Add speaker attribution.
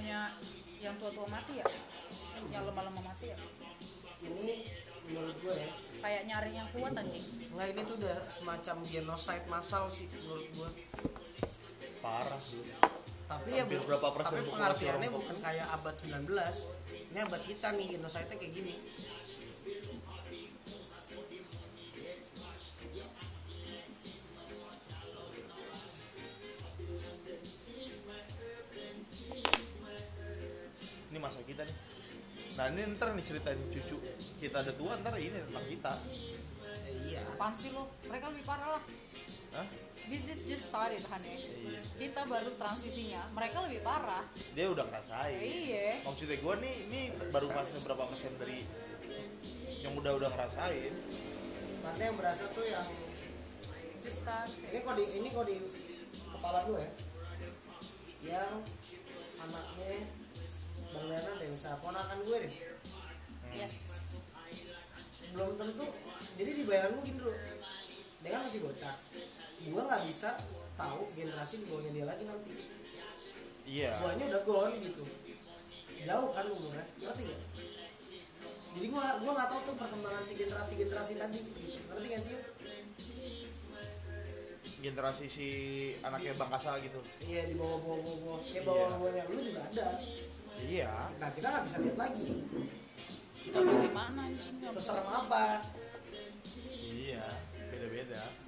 Speaker 1: ya?
Speaker 2: mati ya yang lemah-lemah mati ya
Speaker 1: ini menurut gue ya
Speaker 2: kayak nyari yang kuat anjing
Speaker 1: nggak ini tuh udah semacam genocide massal sih menurut gue
Speaker 3: parah sih
Speaker 1: tapi ya
Speaker 3: Hampir
Speaker 1: bu-
Speaker 3: berapa
Speaker 1: tapi
Speaker 3: persen populasi
Speaker 1: pengertiannya
Speaker 3: Hongkong?
Speaker 1: bukan kayak abad 19 ini abad kita nih genocide kayak gini
Speaker 3: ini masa kita nih nah ini ntar nih ceritain cucu kita ada tua ntar ini tentang kita
Speaker 1: Eh, iya
Speaker 2: apaan sih lo mereka lebih parah lah
Speaker 3: Hah?
Speaker 2: this is just started honey
Speaker 3: Iya.
Speaker 2: kita baru transisinya mereka lebih parah
Speaker 3: dia udah ngerasain
Speaker 2: iya
Speaker 3: maksudnya gue nih ini baru masih berapa persen dari yang udah udah ngerasain
Speaker 1: berarti yang berasa tuh yang
Speaker 2: just started
Speaker 1: ini kok di ini kok di kepala gue ya yang anaknya Bang Lenan deh bisa ponakan gue deh
Speaker 2: yes
Speaker 1: belum tentu jadi di bayangan gue gini dulu dia kan masih bocah gue nggak bisa tahu generasi di bawahnya dia lagi nanti
Speaker 3: iya
Speaker 1: guanya udah gone gitu jauh kan umurnya ngerti gak jadi gua gua nggak tahu tuh perkembangan si generasi generasi tadi gitu. ngerti gak sih
Speaker 3: generasi si anaknya Bang Kasal gitu
Speaker 1: iya di bawah bawah bawah bawah ya bawah
Speaker 3: Iya.
Speaker 1: bawahnya lu juga ada
Speaker 3: iya
Speaker 1: nah kita nggak bisa lihat lagi
Speaker 2: kita bagaimana anjing
Speaker 1: seserem apa
Speaker 3: iya beda-beda